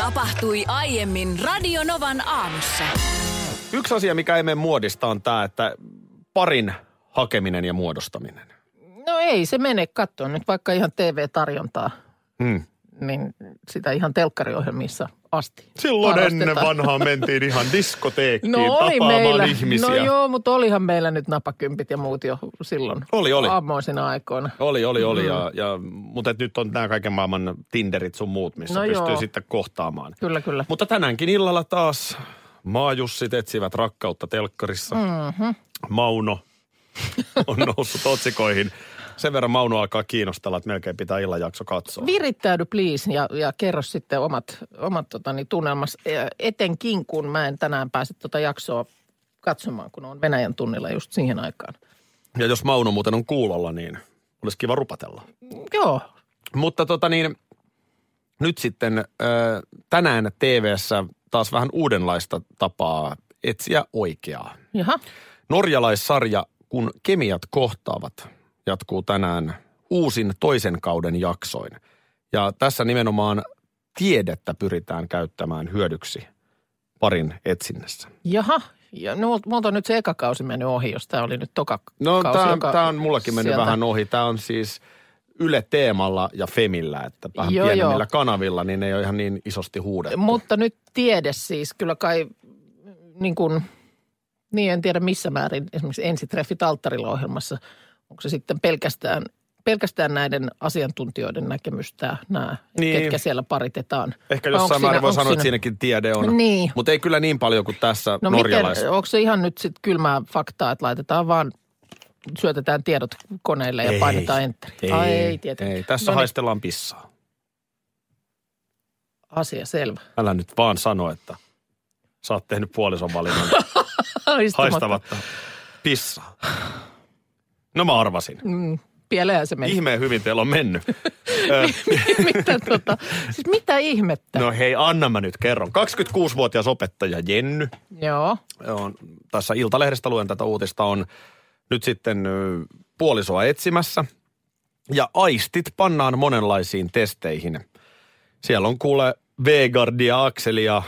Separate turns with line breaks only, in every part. Tapahtui aiemmin Radionovan aamussa.
Yksi asia, mikä ei mene muodista, on tämä, että parin hakeminen ja muodostaminen.
No ei se mene katsoa nyt vaikka ihan TV-tarjontaa,
Hmm.
niin sitä ihan telkkariohjelmissa asti.
Silloin ennen
harrastetaan.
vanhaa mentiin ihan diskoteekkiin
No oli
tapaamaan
meillä,
ihmisiä.
no joo, mutta olihan meillä nyt napakympit ja muut jo silloin
Oli, oli.
aamuisina aikoina.
Oli, oli, oli.
Mm.
Ja, ja, mutta et nyt on nämä kaiken maailman Tinderit sun muut, missä
No
pystyy
joo.
sitten kohtaamaan.
Kyllä, kyllä.
Mutta tänäänkin illalla taas maajussit etsivät rakkautta telkkarissa. Mm-hmm. Mauno on noussut otsikoihin. Sen verran Mauno alkaa kiinnostella, että melkein pitää illajakso katsoa.
Virittäydy please ja, ja kerro sitten omat, omat totani, tunnelmas, E- etenkin kun mä en tänään pääse tuota jaksoa katsomaan, kun on Venäjän tunnilla just siihen aikaan.
Ja jos Mauno muuten on kuulolla, niin olisi kiva rupatella.
Joo,
Mutta tota niin, nyt sitten äh, tänään tv taas vähän uudenlaista tapaa etsiä oikeaa.
jaha,
Norjalaissarja Kun kemiat kohtaavat jatkuu tänään uusin toisen kauden jaksoin. Ja tässä nimenomaan tiedettä pyritään käyttämään hyödyksi parin etsinnässä.
jaha. Ja, no, mult- multa on nyt se eka kausi mennyt ohi, jos tämä oli nyt toka
No
kausi.
tämä
joka
tää on mullakin mennyt
sieltä-
vähän ohi. Tämä on siis Yle Teemalla ja Femillä, että vähän
Joo,
joo,
joo.
pienemmillä kanavilla, niin ne ei ole ihan niin isosti huudettu.
Mutta nyt tiede siis, kyllä kai niin kuin, niin en tiedä missä määrin esimerkiksi ensitreffit alttarilla ohjelmassa, onko se sitten pelkästään, pelkästään näiden asiantuntijoiden näkemystä nämä,
Niin.
niin. ketkä siellä paritetaan.
Ehkä
Vai onko
jossain määrin voi
onko
sanoa, että siinäkin tiede on.
Niin.
Mutta ei kyllä niin paljon kuin tässä
No
norjalaisessa.
miten, onko se ihan nyt sitten kylmää faktaa, että laitetaan vaan, syötetään tiedot koneelle ja
Ei.
painetaan enteri? Ai ei tietenkään.
Ei, tässä
No
no
niin,
haistellaan pissaa.
Asia selvä.
Älä nyt vaan sano, että sä oot tehnyt puolison valinnan
Haistamatta.
haistamatta pissaa. No mä arvasin.
Pielehän se meni.
Ihmeen hyvin teillä on mennyt. Ö,
mitä, tota, siis mitä ihmettä?
no hei, anna mä nyt kerron. 26-vuotias opettaja Jenny
Joo.
on, tässä Iltalehdestä luen tätä uutista, on nyt sitten ö, puolisoa etsimässä. Ja aistit pannaan monenlaisiin testeihin. Siellä on kuule Vegardia, Akselia,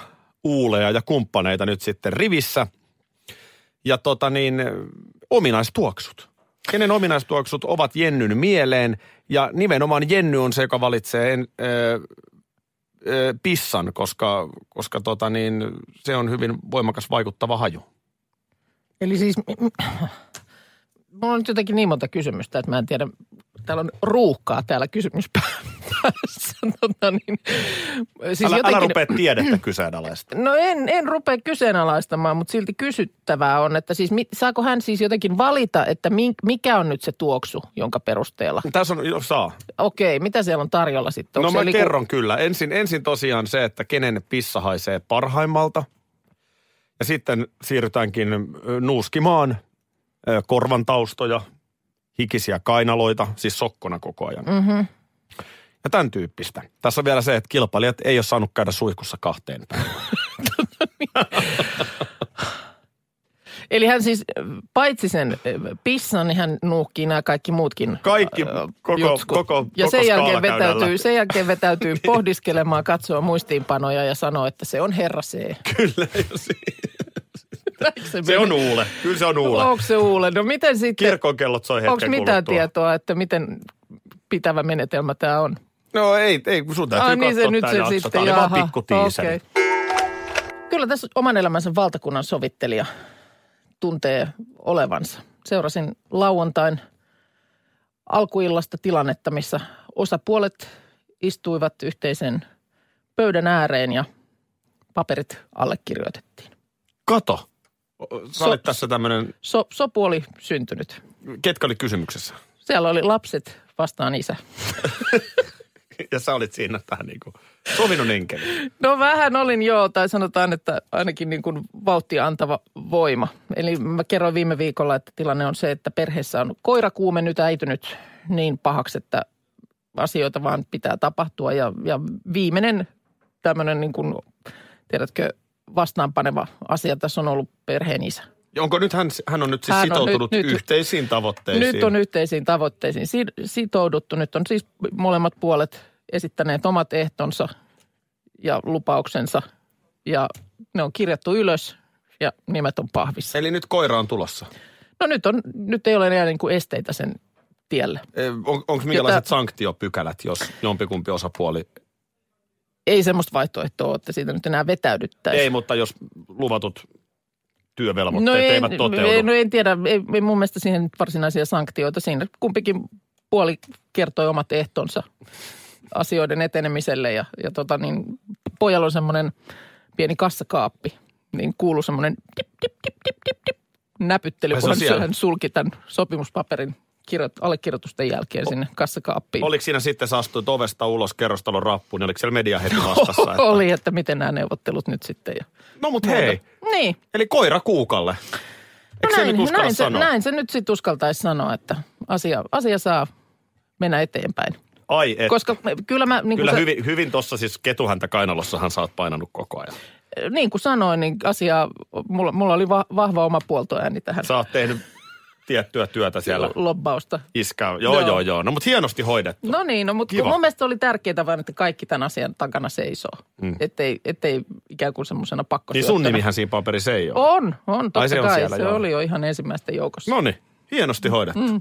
Uuleja ja kumppaneita nyt sitten rivissä. Ja tota niin, ö, ominaistuoksut. Kenen ominaistuoksut ovat Jennyn mieleen. Ja nimenomaan Jenny on se, joka valitsee en, ö, ö, pissan, koska, koska tota niin, se on hyvin voimakas vaikuttava haju.
Eli siis, m- m- mulla on nyt jotenkin niin monta kysymystä, että mä en tiedä, täällä on ruuhkaa täällä kysymys pää- päässä. Tota niin, siis
Siis älä, jotenkin... älä rupea tiedettä kyseenalaista.
No en, en rupea kyseenalaistamaan, mutta silti kysyttävää on, että siis mi, saako hän siis jotenkin valita, että mi, mikä on nyt se tuoksu, jonka perusteella?
Tässä on, jo, saa.
Okei, mitä siellä on tarjolla sitten?
no
Onko
mä
se niinku- liku-
kerron kyllä. Ensin, ensin tosiaan se, että kenen pissa haisee parhaimmalta. Ja sitten siirrytäänkin ö, nuuskimaan ö, korvan taustoja, hikisiä kainaloita, siis sokkona koko ajan. Mm-hmm. Ja tämän tyyppistä. Tässä on vielä se, että kilpailijat ei ole saanut käydä suihkussa kahteen päivään.
Eli hän siis äh, paitsi sen äh, pissan, niin hän nuuhkii nämä kaikki muutkin
Kaikki,
äh,
koko- koko-
ja
koko
sen jälkeen,
skaala käydään
vetäytyy,
läpi.
sen jälkeen vetäytyy Niin. pohdiskelemaan, katsoo muistiinpanoja ja sanoo, että se on herra C.
Kyllä, ja se-
Näinkö
se on
menee?
uule. Kyllä se on uule.
Onko se uule? No miten sitten,
Kirkon kellot soi hetken
onko mitään
kuluttua.
tietoa, että miten pitävä menetelmä tämä on?
No ei, ei kun sun täytyy
Ah, niin se
katsoa
nyt
tää
se
jakso.
sitten.
Tää oli vaan
jaha,
pikku
okei. Kyllä tässä oman elämänsä valtakunnan sovittelija tuntee olevansa. Seurasin lauantain alkuillasta tilannetta, missä osapuolet istuivat yhteisen pöydän ääreen ja paperit allekirjoitettiin.
Kato. Sä
So-
olit tässä tämmönen,
So, sopu oli syntynyt.
ketkä oli kysymyksessä?
Siellä oli lapset vastaan isä.
ja sä olit siinä tähän niin kuin sovinnon enkeli.
No vähän olin joo, tai sanotaan, että ainakin niin kuin vauhtia antava voima. Eli mä kerroin viime viikolla, että tilanne on se, että perheessä on koira kuumennyt, äitynyt niin pahaksi, että asioita vaan pitää tapahtua. Ja, ja viimeinen tämmöinen niin kuin, tiedätkö, vastaanpaneva asia tässä on ollut perheen isä.
Ja onko nyt hän, hän on nyt siis
Hän on
sitoutunut
nyt- nyt-
yhteisiin tavoitteisiin?
Nyt on yhteisiin tavoitteisiin si- sitouduttu. Nyt on siis molemmat puolet esittäneet omat ehtonsa ja lupauksensa. Ja ne on kirjattu ylös ja nimet on pahvissa.
Eli nyt koira on tulossa.
No nyt, on, nyt ei ole enää niin kuin esteitä sen tielle.
Eh, On, onko minkälaiset
Jota-
sanktiopykälät, jos jompikumpi osapuoli...
Ei semmoista vaihtoehtoa ole, että siitä nyt enää vetäydyttäisiin.
Ei, mutta jos luvatut työvelvoitteet
no en,
eivät toteudu.
ei- no en tiedä, ei, ei mun mielestä siihen nyt varsinaisia sanktioita. Siinä kumpikin puoli kertoi omat ehtonsa asioiden etenemiselle ja, ja tota niin, pojalla on semmoinen pieni kassakaappi, niin kuuluu semmoinen tip, tip, tip, tip, tip, tip, näpyttely,
Ai se
kun
on siellä?
hän, hän sulki tämän sopimuspaperin kirjo- allekirjoitusten jälkeen sinne kassakaappiin.
Oliko siinä sitten, sä astuit ovesta ulos kerrostalon rappuun, niin oliko siellä media heti vastassa? Että...
Oli, että miten nämä neuvottelut nyt sitten. Ja...
No mut hei,
Niin.
eli koira kuukalle. Eikö se nyt uskalla
näin, se,
sanoa?
näin se nyt sitten uskaltaisi sanoa, että asia, asia saa mennä eteenpäin.
Ai et.
Koska me- kyllä mä, niin kuin,
Kyllä
sä,
hyvin, hyvin tuossa siis ketuhäntä kainalossahan sä oot painanut koko ajan.
niin kuin sanoin, niin asia, mulla, mulla oli va, vahva oma puoltoääni tähän
Sä oot tehnyt tiettyä työtä siellä.
lobbausta.
Iskää. Joo,
Joo.
joo, joo. No mutta hienosti hoidettu.
No niin, no, mutta
Kiva.
mun mielestä oli tärkeää vaan, että kaikki tämän asian takana seisoo. Mm. Ettei, ettei ikään kuin semmoisena pakko
Niin sun nimihän siinä paperissa ei ole.
On, on, totta
se on
kai.
siellä,
se
joo.
oli jo ihan ensimmäisten joukossa.
No niin, hienosti hoidettu. Mm.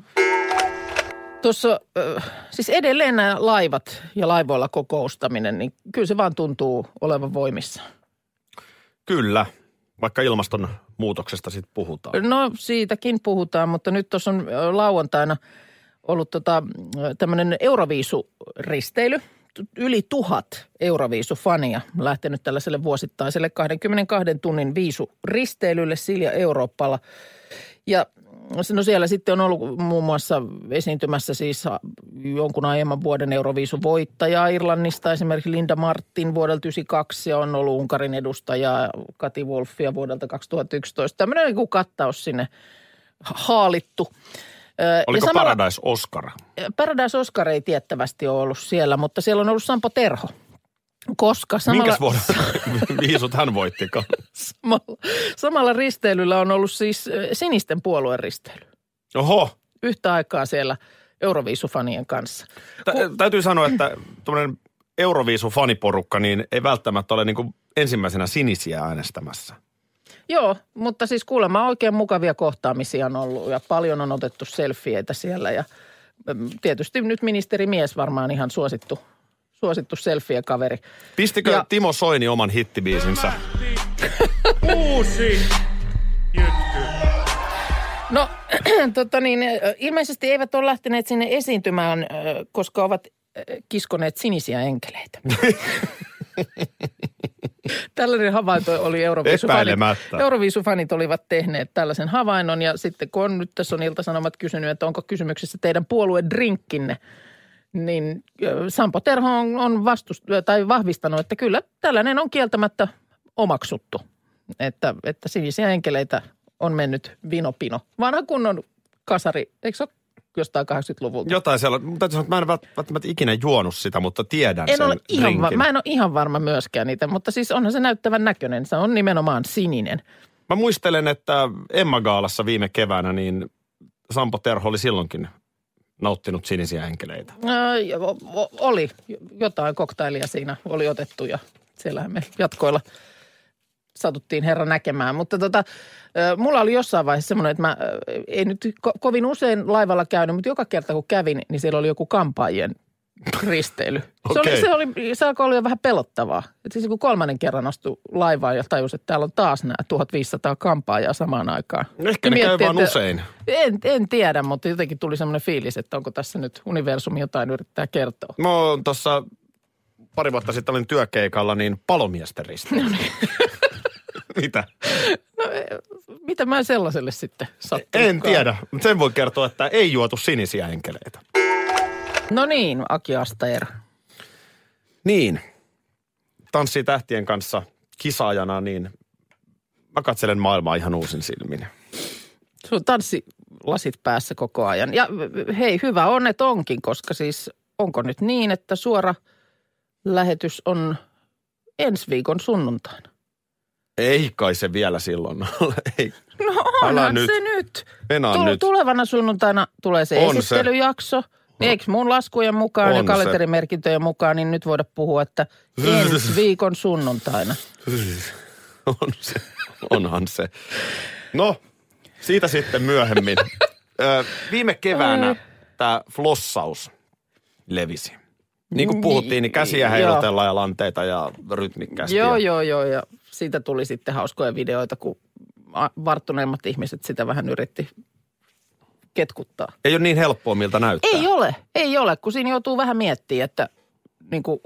Tuossa, ö, siis edelleen nämä laivat ja laivoilla kokoustaminen, niin kyllä se vaan tuntuu olevan voimissa.
Kyllä, vaikka ilmastonmuutoksesta sitten puhutaan.
No siitäkin puhutaan, mutta nyt tuossa on ö, lauantaina ollut tota, tämmöinen Euroviisuristeily. Tu- Yli tuhat Euroviisufania lähtenyt tällaiselle vuosittaiselle 22 tunnin viisuristeilylle Silja Eurooppalla. Ja no siellä sitten on ollut muun muassa esiintymässä siis jonkun aiemman vuoden Euroviisun voittajaa Irlannista, esimerkiksi Linda Martin vuodelta 1992 ja on ollut Unkarin edustaja Kati Wolffia vuodelta 2011. Tämmöinen niin kuin kattaus sinne ha- haalittu. Ö, ja
Oliko
samalla-
Paradise Oscar?
Paradise Oscar ei tiettävästi ole ollut siellä, mutta siellä on ollut Sampo Terho. Koska samalla,
Minkäs vuoden viisut hän voittikaan?
samalla, samalla risteilyllä on ollut siis ö, sinisten puolueen risteily.
Oho,
Yhtä aikaa siellä Euroviisufanien kanssa.
Tä, täytyy sanoa, että tuommoinen Euroviisu-faniporukka, niin ei välttämättä ole niin kuin ensimmäisenä sinisiä äänestämässä.
Joo, mutta siis kuulemma oikein mukavia kohtaamisia on ollut ja paljon on otettu selfieitä siellä ja mm, tietysti nyt ministeri mies varmaan ihan suosittu, suosittu selfie-kaveri.
Pistikö ja.
Ja-
Timo Soini oman hittibiisinsä?
Uusi jytky.
No, tota niin, ö, ilmeisesti eivät ole lähteneet sinne esiintymään, ö, koska ovat ö, kiskoneet sinisiä enkeleitä. Tällainen havainto oli Euroviisufanit.
Epäilemättä.
Euroviisufanit olivat tehneet tällaisen havainnon ja sitten kun on, nyt tässä on iltasanomat kysynyt, että onko kysymyksessä teidän puoluedrinkkinne, niin ö, Sampo Terho on, on vastust, tai vahvistanut, että kyllä tällainen on kieltämättä omaksuttu että, että sinisiä enkeleitä on mennyt vinopino. Vanha kunnon kasari, eikö se ole jostain 80-luvulta?
Jotain siellä. Mun Täytyy sanoa, että mä en vält- välttämättä ikinä juonut sitä, mutta tiedän
en
sen
ole ihan va-
rinkin.
mä en ole ihan varma myöskään niitä, mutta siis onhan se näyttävän näköinen. Se on nimenomaan sininen.
Mä muistelen, että Emma Gaalassa viime keväänä, niin Sampo Terho oli silloinkin nauttinut sinisiä enkeleitä.
Öö, ja o- o- oli jotain koktailia siinä, oli otettu ja siellähän me jatkoilla satuttiin herra näkemään. Mutta tota, ö, mulla oli jossain vaiheessa semmoinen, että mä ö, ei nyt ko- kovin usein laivalla käynyt, mutta joka kerta kun kävin, niin siellä oli joku kampaajien risteily. Se,
Okei.
oli, se, oli, se alkoi olla jo vähän pelottavaa. Et siis kun kolmannen kerran astui laivaan ja tajusi, että täällä on taas nämä 1500 kampaajaa samaan aikaan.
Ehkä
Niin
ne käy
miettii,
vaan
että-
usein.
En, en tiedä, mutta jotenkin tuli semmoinen fiilis, että onko tässä nyt universumi jotain yrittää kertoa.
Mä oon tuossa pari vuotta sitten olin työkeikalla, niin palomiesten
No
risteillä.
niin.
Mitä?
Mitä mä sellaiselle sitten sattunutkaan?
En tiedä, mutta sen voi kertoa, että ei juotu sinisiä enkeleitä.
No niin, Aki Aster.
Niin. Tanssii tähtien kanssa kisaajana, niin mä katselen maailmaa ihan uusin silmin.
Sun tanssilasit päässä koko ajan. Ja hei, hyvä on, että onkin, koska siis onko nyt niin, että suora lähetys on ensi viikon sunnuntaina?
Ei kai se vielä silloin ole. Ei.
No
Älä
onhan
nyt.
se nyt.
Mennään
Tul-
nyt.
Tulevana sunnuntaina tulee se
On se.
esittelyjakso. Niin Eikö mun laskujen mukaan ja
On se.
kalenterimerkintöjen mukaan, niin nyt voida puhua, että ensi viikon sunnuntaina.
On se. Onhan se. No, siitä sitten myöhemmin. Ö, viime keväänä tämä flossaus levisi. Niin kuin puhuttiin, niin käsiä
Joo.
heilutellaan ja lanteita ja rytmikkäästi.
Joo,
ja
joo, joo. Ja siitä tuli sitten hauskoja videoita, kun a- varttuneimmat ihmiset sitä vähän yritti ketkuttaa.
Ei ole niin helppoa, miltä näyttää.
Ei ole, ei ole, kun siinä joutuu vähän miettimään, että niin kuin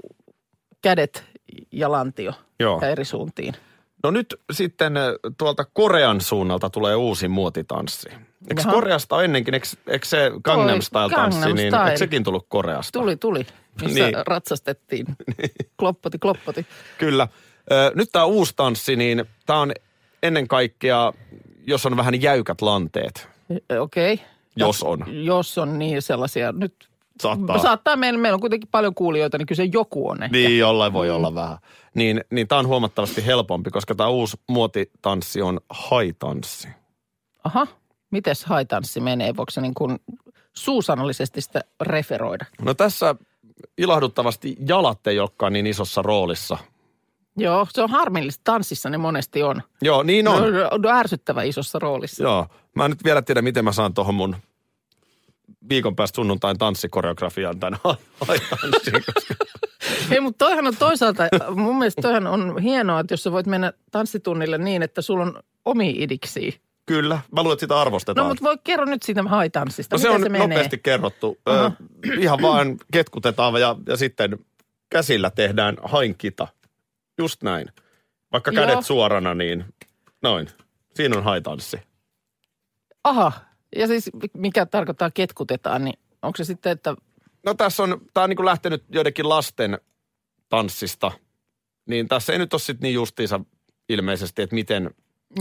kädet ja lantio
Joo.
ja eri suuntiin.
No nyt sitten ö, tuolta Korean suunnalta tulee uusi muotitanssi. Eikö
Jaha.
Koreasta ole ennenkin, eikö, eikö se Gangnam
Toi
Style-tanssi,
Gangnam
niin
Style.
eikö sekin tullut Koreasta?
Tuli, tuli, missä
Niin.
niin. ratsastettiin. Kloppoti, kloppoti.
Kyllä. Ö, Nyt tämä uusi tanssi, niin tämä on ennen kaikkea, jos on vähän jäykät lanteet.
Ö, Eh, Okei.
Jos on.
Jos on niin sellaisia. Nyt
Saattaa.
saattaa meillä, meillä on kuitenkin paljon kuulijoita, niin kyllä se joku on ehkä.
Niin, jollain voi olla vähän. Niin, niin tämä on huomattavasti helpompi, koska tämä uusi muotitanssi on haitanssi.
Aha, mites haitanssi menee? Voiko se niin kuin suusanallisesti sitä referoida?
No tässä ilahduttavasti jalat ei olekaan niin isossa roolissa.
Joo, se on harmillista. Tanssissa ne monesti on.
Joo, niin on.
No. Ne on ärsyttävä isossa roolissa.
Joo. Mä en nyt vielä tiedä, miten mä saan tuohon mun viikon päästä sunnuntain tanssikoreografiaan tämän haitanssin, koska
Hei, mutta toihan on toisaalta, mun mielestä toihan on hienoa, että jos sä voit mennä tanssitunnille niin, että sulla on omi idiksi.
kyllä. Mä luulen, että sitä arvostetaan.
No mutta voi kerro nyt siitä haitanssista,
No se
miten
on
se
nyt
menee?
nopeasti kerrottu. Ö, ihan vaan ketkutetaan ja, ja sitten käsillä tehdään hainkita. Just näin. Vaikka
Joo.
kädet suorana, niin noin. Siinä on haitanssi.
Aha, ja siis mikä tarkoittaa ketkutetaan, niin onko se sitten, että
No tässä on, tämä on niin lähtenyt joidenkin lasten tanssista. Niin tässä ei nyt ole sitten niin justiinsa ilmeisesti, että miten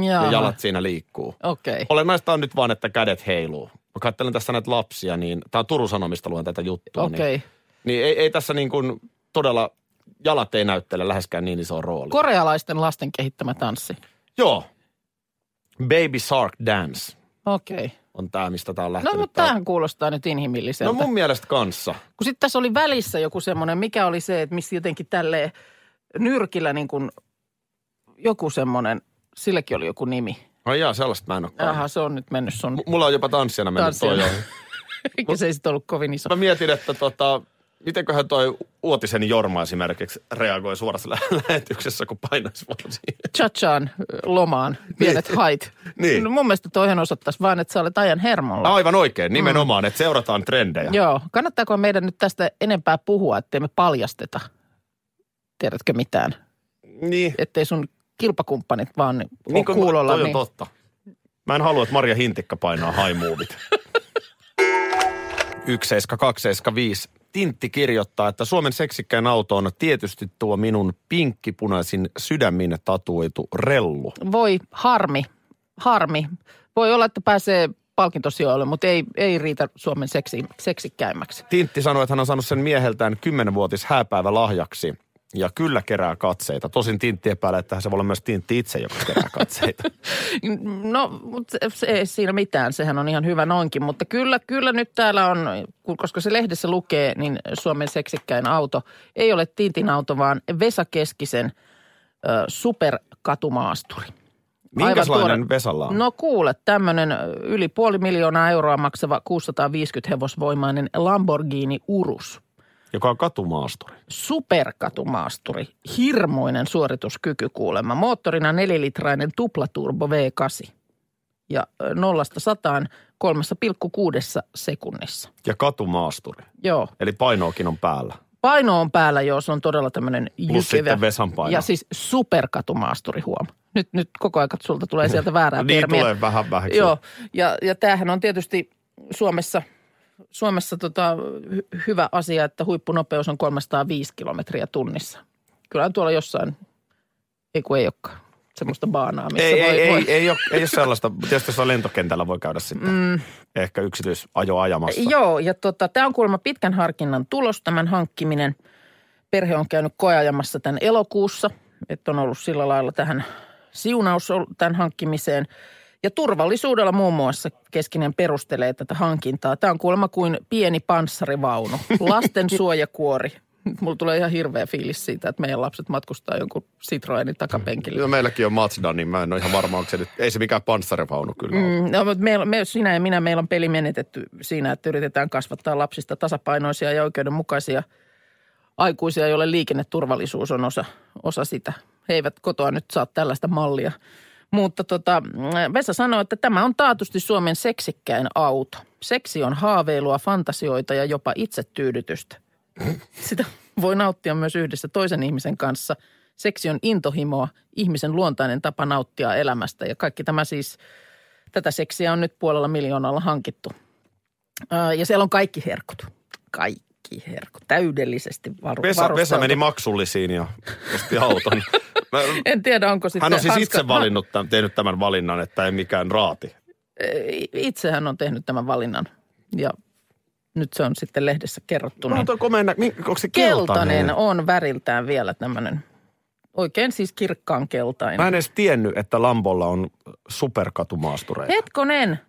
jaa,
ne jalat siinä liikkuu.
Okei. Okay.
Olennaista on nyt vaan, että kädet heiluu. Mä katselen tässä näitä lapsia, niin tämä on Turun Sanomista luen tätä juttua. Niin
Okei. Okay.
Niin ei, ei tässä niin kuin todella, jalat ei näyttele läheskään niin isoa roolia. Ko-
Korealaisten lasten kehittämä tanssi.
Joo. Baby Shark Dance
Okei. Okay.
on tämä, mistä tämä on
No
lähtenyt.
mutta
tää-
tämähän kuulostaa nyt
No
inhimilliseltä.
mun mielestä kanssa.
Kun sitten tässä oli välissä joku semmoinen, mikä oli se, että missä jotenkin tälleen nyrkillä niin kuin joku semmoinen, silläkin oli joku nimi.
Ai jaa, sellaista mä en ole
Aha, se on nyt mennyt sun.
Mulla on jopa tanssijana mennyt toi.
Tanssijana.
jo.
Eikä se ei sitten ollut kovin iso.
Mä mietin, että tota, mitenköhän toi Uotisen Jorma esimerkiksi reagoi suorassa lä- lähetyksessä, kun painaisi vaan siihen.
Chachan lomaan, pienet hait.
Niin.
No mun mielestä toihan osoittaisi vaan, että sä olet ajan hermolla.
Aivan oikein, nimenomaan, mm. että seurataan trendejä.
Joo, kannattaako meidän nyt tästä enempää puhua, ettei me paljasteta, tiedätkö mitään?
Niin.
Ettei sun kilpakumppanit vaan niin
kun-
ole kuulolla.
Toi on totta. Mä en halua, että Marja Hintikka painaa haimuuvit. 17275. Tintti kirjoittaa, että Suomen seksikkäin auto on tietysti tuo minun pinkkipunaisin sydämin tatuoitu rellu.
Voi, harmi, harmi. Voi olla, että pääsee palkintosijoille, mutta ei, ei riitä Suomen seksi, seksikkäimmäksi.
Tintti sanoi, että hän on saanut sen mieheltään 10-vuotis hääpäivä lahjaksi ja kyllä kerää katseita. Tosin Tintti epäilee, että se voi olla myös Tintti itse, joka kerää katseita.
No, mutta se- se ei siinä mitään, sehän on ihan hyvä noinkin, mutta kyllä, kyllä nyt täällä on, kun- koska se lehdessä lukee, niin Suomen seksikkäin auto ei ole Tintin auto, vaan Vesa Keskisen ö, superkatumaasturi.
Minkälainen
tuore-
Vesalla on?
No kuule, tämmöinen yli puoli miljoonaa euroa maksava 650 hevosvoimainen Lamborghini Urus –
Joka on katumaasturi.
superkatumaasturi. Hirmuinen suorituskyky kuulemma. Moottorina nelilitrainen tuplaturbo V8 ja ö, nollasta sataan 3,6 sekunnissa.
Ja katumaasturi.
Joo.
Eli painoakin on päällä.
Paino on päällä, joo, se on todella tämmöinen
Plus sitten Vesan paino.
Ja siis superkatumaasturi huom. Nyt, nyt koko ajan sulta tulee sieltä väärää
Niin
termiä.
tulee vähän vähäksi.
Joo, ja, ja tämähän on tietysti Suomessa Suomessa tota, hy- hyvä asia, että huippunopeus on 305 kilometriä tunnissa. Kyllä tuolla jossain, ei kun ei olekaan, semmoista baanaa, missä
Ei,
voi,
ei,
voi.
ei, ei, ole, ei ole sellaista. Tietysti jossain lentokentällä voi käydä sitten mm. ehkä yksityisajo ajamassa.
Joo, ja tota, tämä on kuulemma pitkän harkinnan tulos, tämän hankkiminen. Perhe on käynyt koeajamassa tämän elokuussa, että on ollut sillä lailla tähän siunaus ol- tämän hankkimiseen. Ja turvallisuudella muun muassa Keskinen perustelee tätä hankintaa. Tämä on kuulemma kuin pieni panssarivaunu, lasten suojakuori. Nyt Mulla tulee ihan hirveä fiilis siitä, että meidän lapset matkustaa jonkun Citroenin takapenkillä.
No meilläkin on Mazda, niin mä en ole ihan varma, onko se nyt, ei se mikään panssarivaunu kyllä mm. ole.
Mm, no, mutta meillä, me, sinä ja minä, meillä on peli menetetty siinä, että yritetään kasvattaa lapsista tasapainoisia ja oikeudenmukaisia aikuisia, joille liikenneturvallisuus on osa, osa sitä. He eivät kotoa nyt saa tällaista mallia. Mutta tota, mm, Vesa sanoi, että tämä on taatusti Suomen seksikkäin auto. Seksi on haaveilua, fantasioita ja jopa itsetyydytystä. Sitä voi nauttia myös yhdessä toisen ihmisen kanssa. Seksi on intohimoa, ihmisen luontainen tapa nauttia elämästä ja kaikki tämä siis – tätä seksiä on nyt puolella miljoonalla hankittu. Ää, Ja siellä on kaikki herkut. Kaikki herkut. Täydellisesti
Vesa,
varu-
Vesa
varusteltu.
meni maksullisiin ja osti auton. Mä,
En tiedä, onko sitten...
hän on siis
hanska-
itse valinnut, tämän, tehnyt tämän valinnan, että ei mikään raati.
Ha- Ei, Itse hän on tehnyt tämän valinnan. Ja nyt se on sitten lehdessä kerrottu.
No,
niin-
mutta komeen, nä- mi- onko se keltainen?
keltainen on väriltään vielä tämmöinen, oikein siis kirkkaan keltainen.
Mä en edes tiennyt, että Lambolla on superkatumaastureita.
Hetkonen.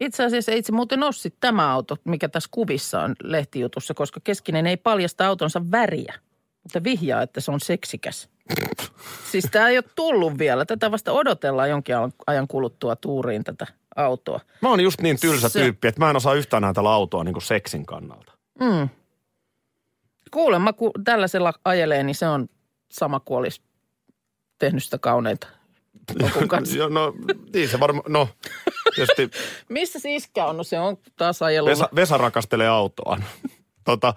Itse asiassa ei itse muuten ole sit tämä auto, mikä tässä kuvissa on lehtijutussa, koska Keskinen ei paljasta autonsa väriä, mutta vihjaa, että se on seksikäs. siis tämä ei ole tullut vielä. Tätä vasta odotellaan jonkin ajan- ajan kuluttua tuuriin tätä autoa.
Mä oon just niin tylsä
Se-
tyyppi, että mä en osaa yhtään näitä lautoa niin kuin seksin kannalta.
Mm. Kuulemma, kun tällaisella ajelee, niin se on sama kuin olisi tehnyt sitä kauneinta. Kokun kanssa.
Joo, no, niin se varmaan, no, tietysti
Missä se iskä on? No se on taas ajellut.
Vesa, Vesa rakastelee autoaan. Tota,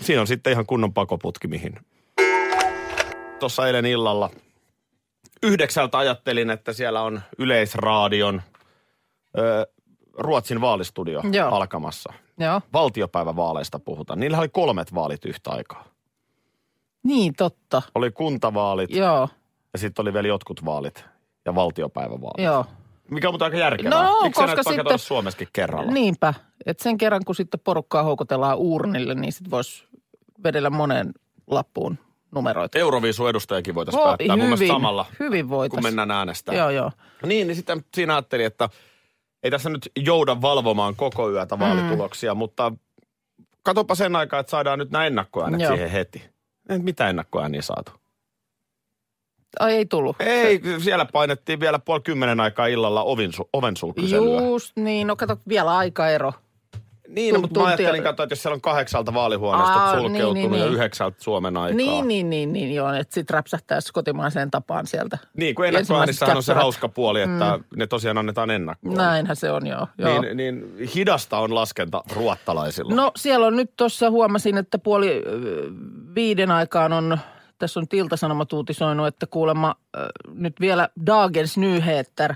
siinä on sitten ihan kunnon pakoputki mihin. Tuossa eilen illalla yhdeksältä ajattelin, että siellä on Yleisradion ö, Ruotsin vaalistudio
Joo.
alkamassa.
Joo.
Valtiopäivävaaleista puhutaan. Niillä oli kolmet vaalit yhtä aikaa.
Niin, totta.
Oli kuntavaalit ja,
Joo,
ja sitten oli vielä jotkut vaalit ja valtiopäivävaalit.
joo.
Mikä on muuten aika järkevää.
No,
Miksi
koska
sitten...
sitten- Niin,
Suomessakin kerralla?
Niinpä. Et sen kerran, kun sitten porukkaa houkutellaan uurnille, niin sitten voisi vedellä moneen lappuun numeroita.
Euroviisun edustajakin voitaisiin päättää mun mielestä samalla,
hyvin
kun
voitaisiin.
mennään äänestämään.
Joo, joo.
Niin, niin sitten siinä ajattelin, että ei tässä nyt jouda valvomaan koko yötä
Mm.
vaalituloksia, mutta katsopa sen aikaa, että saadaan nyt nämä ennakkoäänet
Joo.
siihen heti. Ei Mitä ennakkoääniä saatu?
Ai ei tullut.
Ei, siellä painettiin vielä puoli kymmenen aikaa illalla ovin su- oven sulkyselyä.
Just niin. No kato, vielä aikaero.
Niin, no,
tu-
mutta mä ajattelin
tuntia-
katsoa, että jos siellä on kahdeksalta vaalihuoneesta
Aa,
sulkeutunut
niin, niin,
ja
niin.
yhdeksältä Suomen aikaa.
Niin, niin, niin, niin, joo. Että sitten räpsähtäisi kotimaiseen tapaan sieltä.
Niin, kun
Ensimmäiset
ennakkoäänissähän on se
käppärät.
hauska puoli, että mm. ne tosiaan annetaan ennakkoon.
Näinhän se on, joo. joo.
Niin, niin hidasta on laskenta ruottalaisilla.
No siellä on nyt tuossa, huomasin, että puoli ö, viiden aikaan on, tässä on Tiltasanomat uutisoinut, että kuulemma ö, nyt vielä Dagens Nyheter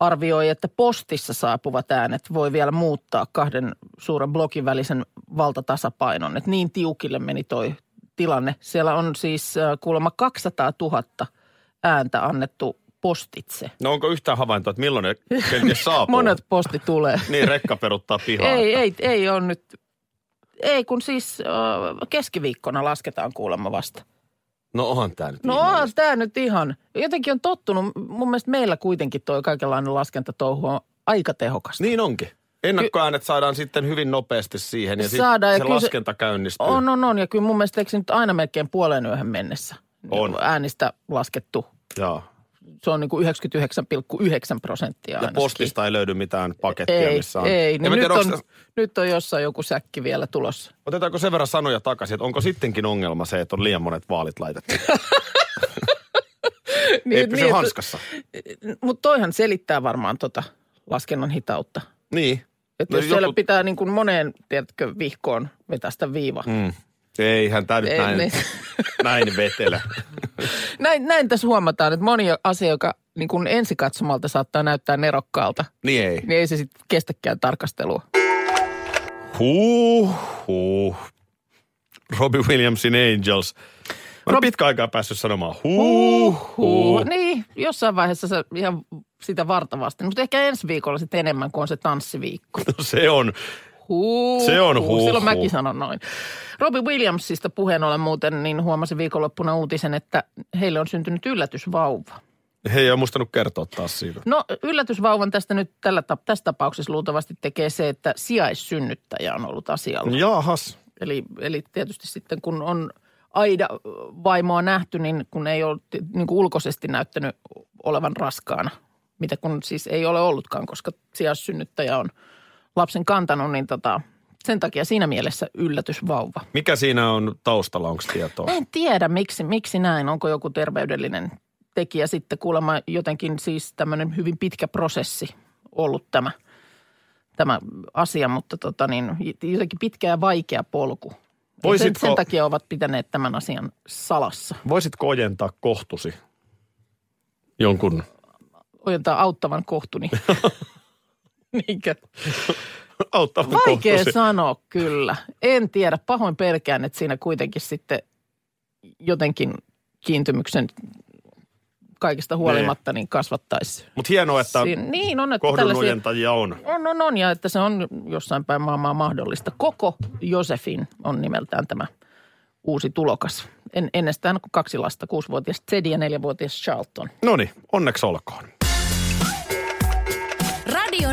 arvioi, että postissa saapuvat äänet voi vielä muuttaa kahden suuren blokin välisen valtatasapainon. Että niin tiukille meni toi tilanne. Siellä on siis ö, kuulemma 200 000 ääntä annettu postitse.
No onko yhtään havaintoa, että milloin ne kenties saapuu?
Monet posti tulee.
Niin, rekka peruttaa pihaa.
Ei, ei, ei ole nyt. Ei, kun siis äh, keskiviikkona lasketaan kuulemma vasta.
No onhan tää nyt
No
ihmeellistä.
on tämä nyt ihan. Jotenkin on tottunut. Mun mielestä meillä kuitenkin toi kaikenlainen laskentatouhu on aika tehokasta.
Niin onkin. Ennakkoäänet saadaan sitten hyvin nopeasti siihen ja
Saadaan, ja
sitten se
kyllä se-
laskenta käynnistyy.
On, on, on. Ja kyllä mun mielestä eikö se nyt aina melkein puolen yöhön mennessä Niin
On.
äänistä laskettu.
Joo.
Se on niin kuin 99,9 prosenttia
Ja
ainakin.
postista ei löydy mitään pakettia,
ei,
missä on.
ei.
En
Niin
mä
nyt,
tiedä,
on,
onks-
nyt on jossain joku säkki vielä tulossa.
Otetaanko sen verran sanoja takaisin, että onko sittenkin ongelma se, että on liian monet vaalit laitettu? ei pysy
Niin, että-
hanskassa.
Mutta toihan selittää varmaan tota laskennan hitautta.
Niin.
Että
No
jos siellä
joku-
pitää niin kuin moneen, tiedätkö, vihkoon vetästä viiva.
Mm. Eihän tämä nyt
Ei,
näin,
niin.
näin vetele.
Näin, näin tässä huomataan, että moni asia, joka niin kuin ensikatsomalta saattaa näyttää nerokkaalta,
Niin ei.
niin ei se sitten kestäkään tarkastelua.
Huh, huh. Robbie Williamsin Angels. Mä Rob... pitkä aikaa päässyt sanomaan huh, huh.
Niin, jossain vaiheessa sä ihan sitä vartavasti, mutta ehkä ensi viikolla sitten enemmän, kun on se tanssiviikko.
No se on.
Huu,
Se on huu,
Silloin
huu.
mäkin sanon noin. Robbie Williamsista puheen ollen muuten, niin huomasin viikonloppuna uutisen, että heille on syntynyt yllätysvauva.
He ei ole muistanut kertoa taas siitä.
No yllätysvauvan tästä nyt tällä, tap- tässä tapauksessa luultavasti tekee se, että sijaissynnyttäjä on ollut asialla.
Niin. Jaahas.
Eli, eli tietysti sitten kun on aida vaimoa nähty, niin kun ei ole ti- niin kuin ulkoisesti näyttänyt olevan raskaana, mitä kun siis ei ole ollutkaan, koska sijaissynnyttäjä on lapsen kantanut, niin tota, sen takia siinä mielessä yllätysvauva.
Mikä siinä on taustalla, onko tietoa?
En tiedä, miksi, miksi näin. Onko joku terveydellinen tekijä sitten kuulemma jotenkin siis tämmöinen hyvin pitkä prosessi ollut tämä, tämä asia, mutta tota niin, jotenkin pitkä ja vaikea polku. Ja Sen,
Voisitko-
sen takia ovat pitäneet tämän asian salassa.
Voisitko ojentaa kohtusi jonkun?
Ojentaa auttavan kohtuni. Niinkö?
Auttaa
Vaikea
kohtusi.
sanoa kyllä. En tiedä. Pahoin pelkään, että siinä kuitenkin sitten jotenkin kiintymyksen kaikesta huolimatta niin kasvattaisi.
Mutta hienoa, että
Siin- niin on, että tällaisia,
kohdunnujentajia on.
on, on, on, ja että se on jossain päin maailmaa mahdollista. Koko Josefin on nimeltään tämä uusi tulokas. En, ennestään kaksi lasta, kuusivuotias Zedi ja neljävuotias Charlton.
No niin, onneksi olkoon.
Radio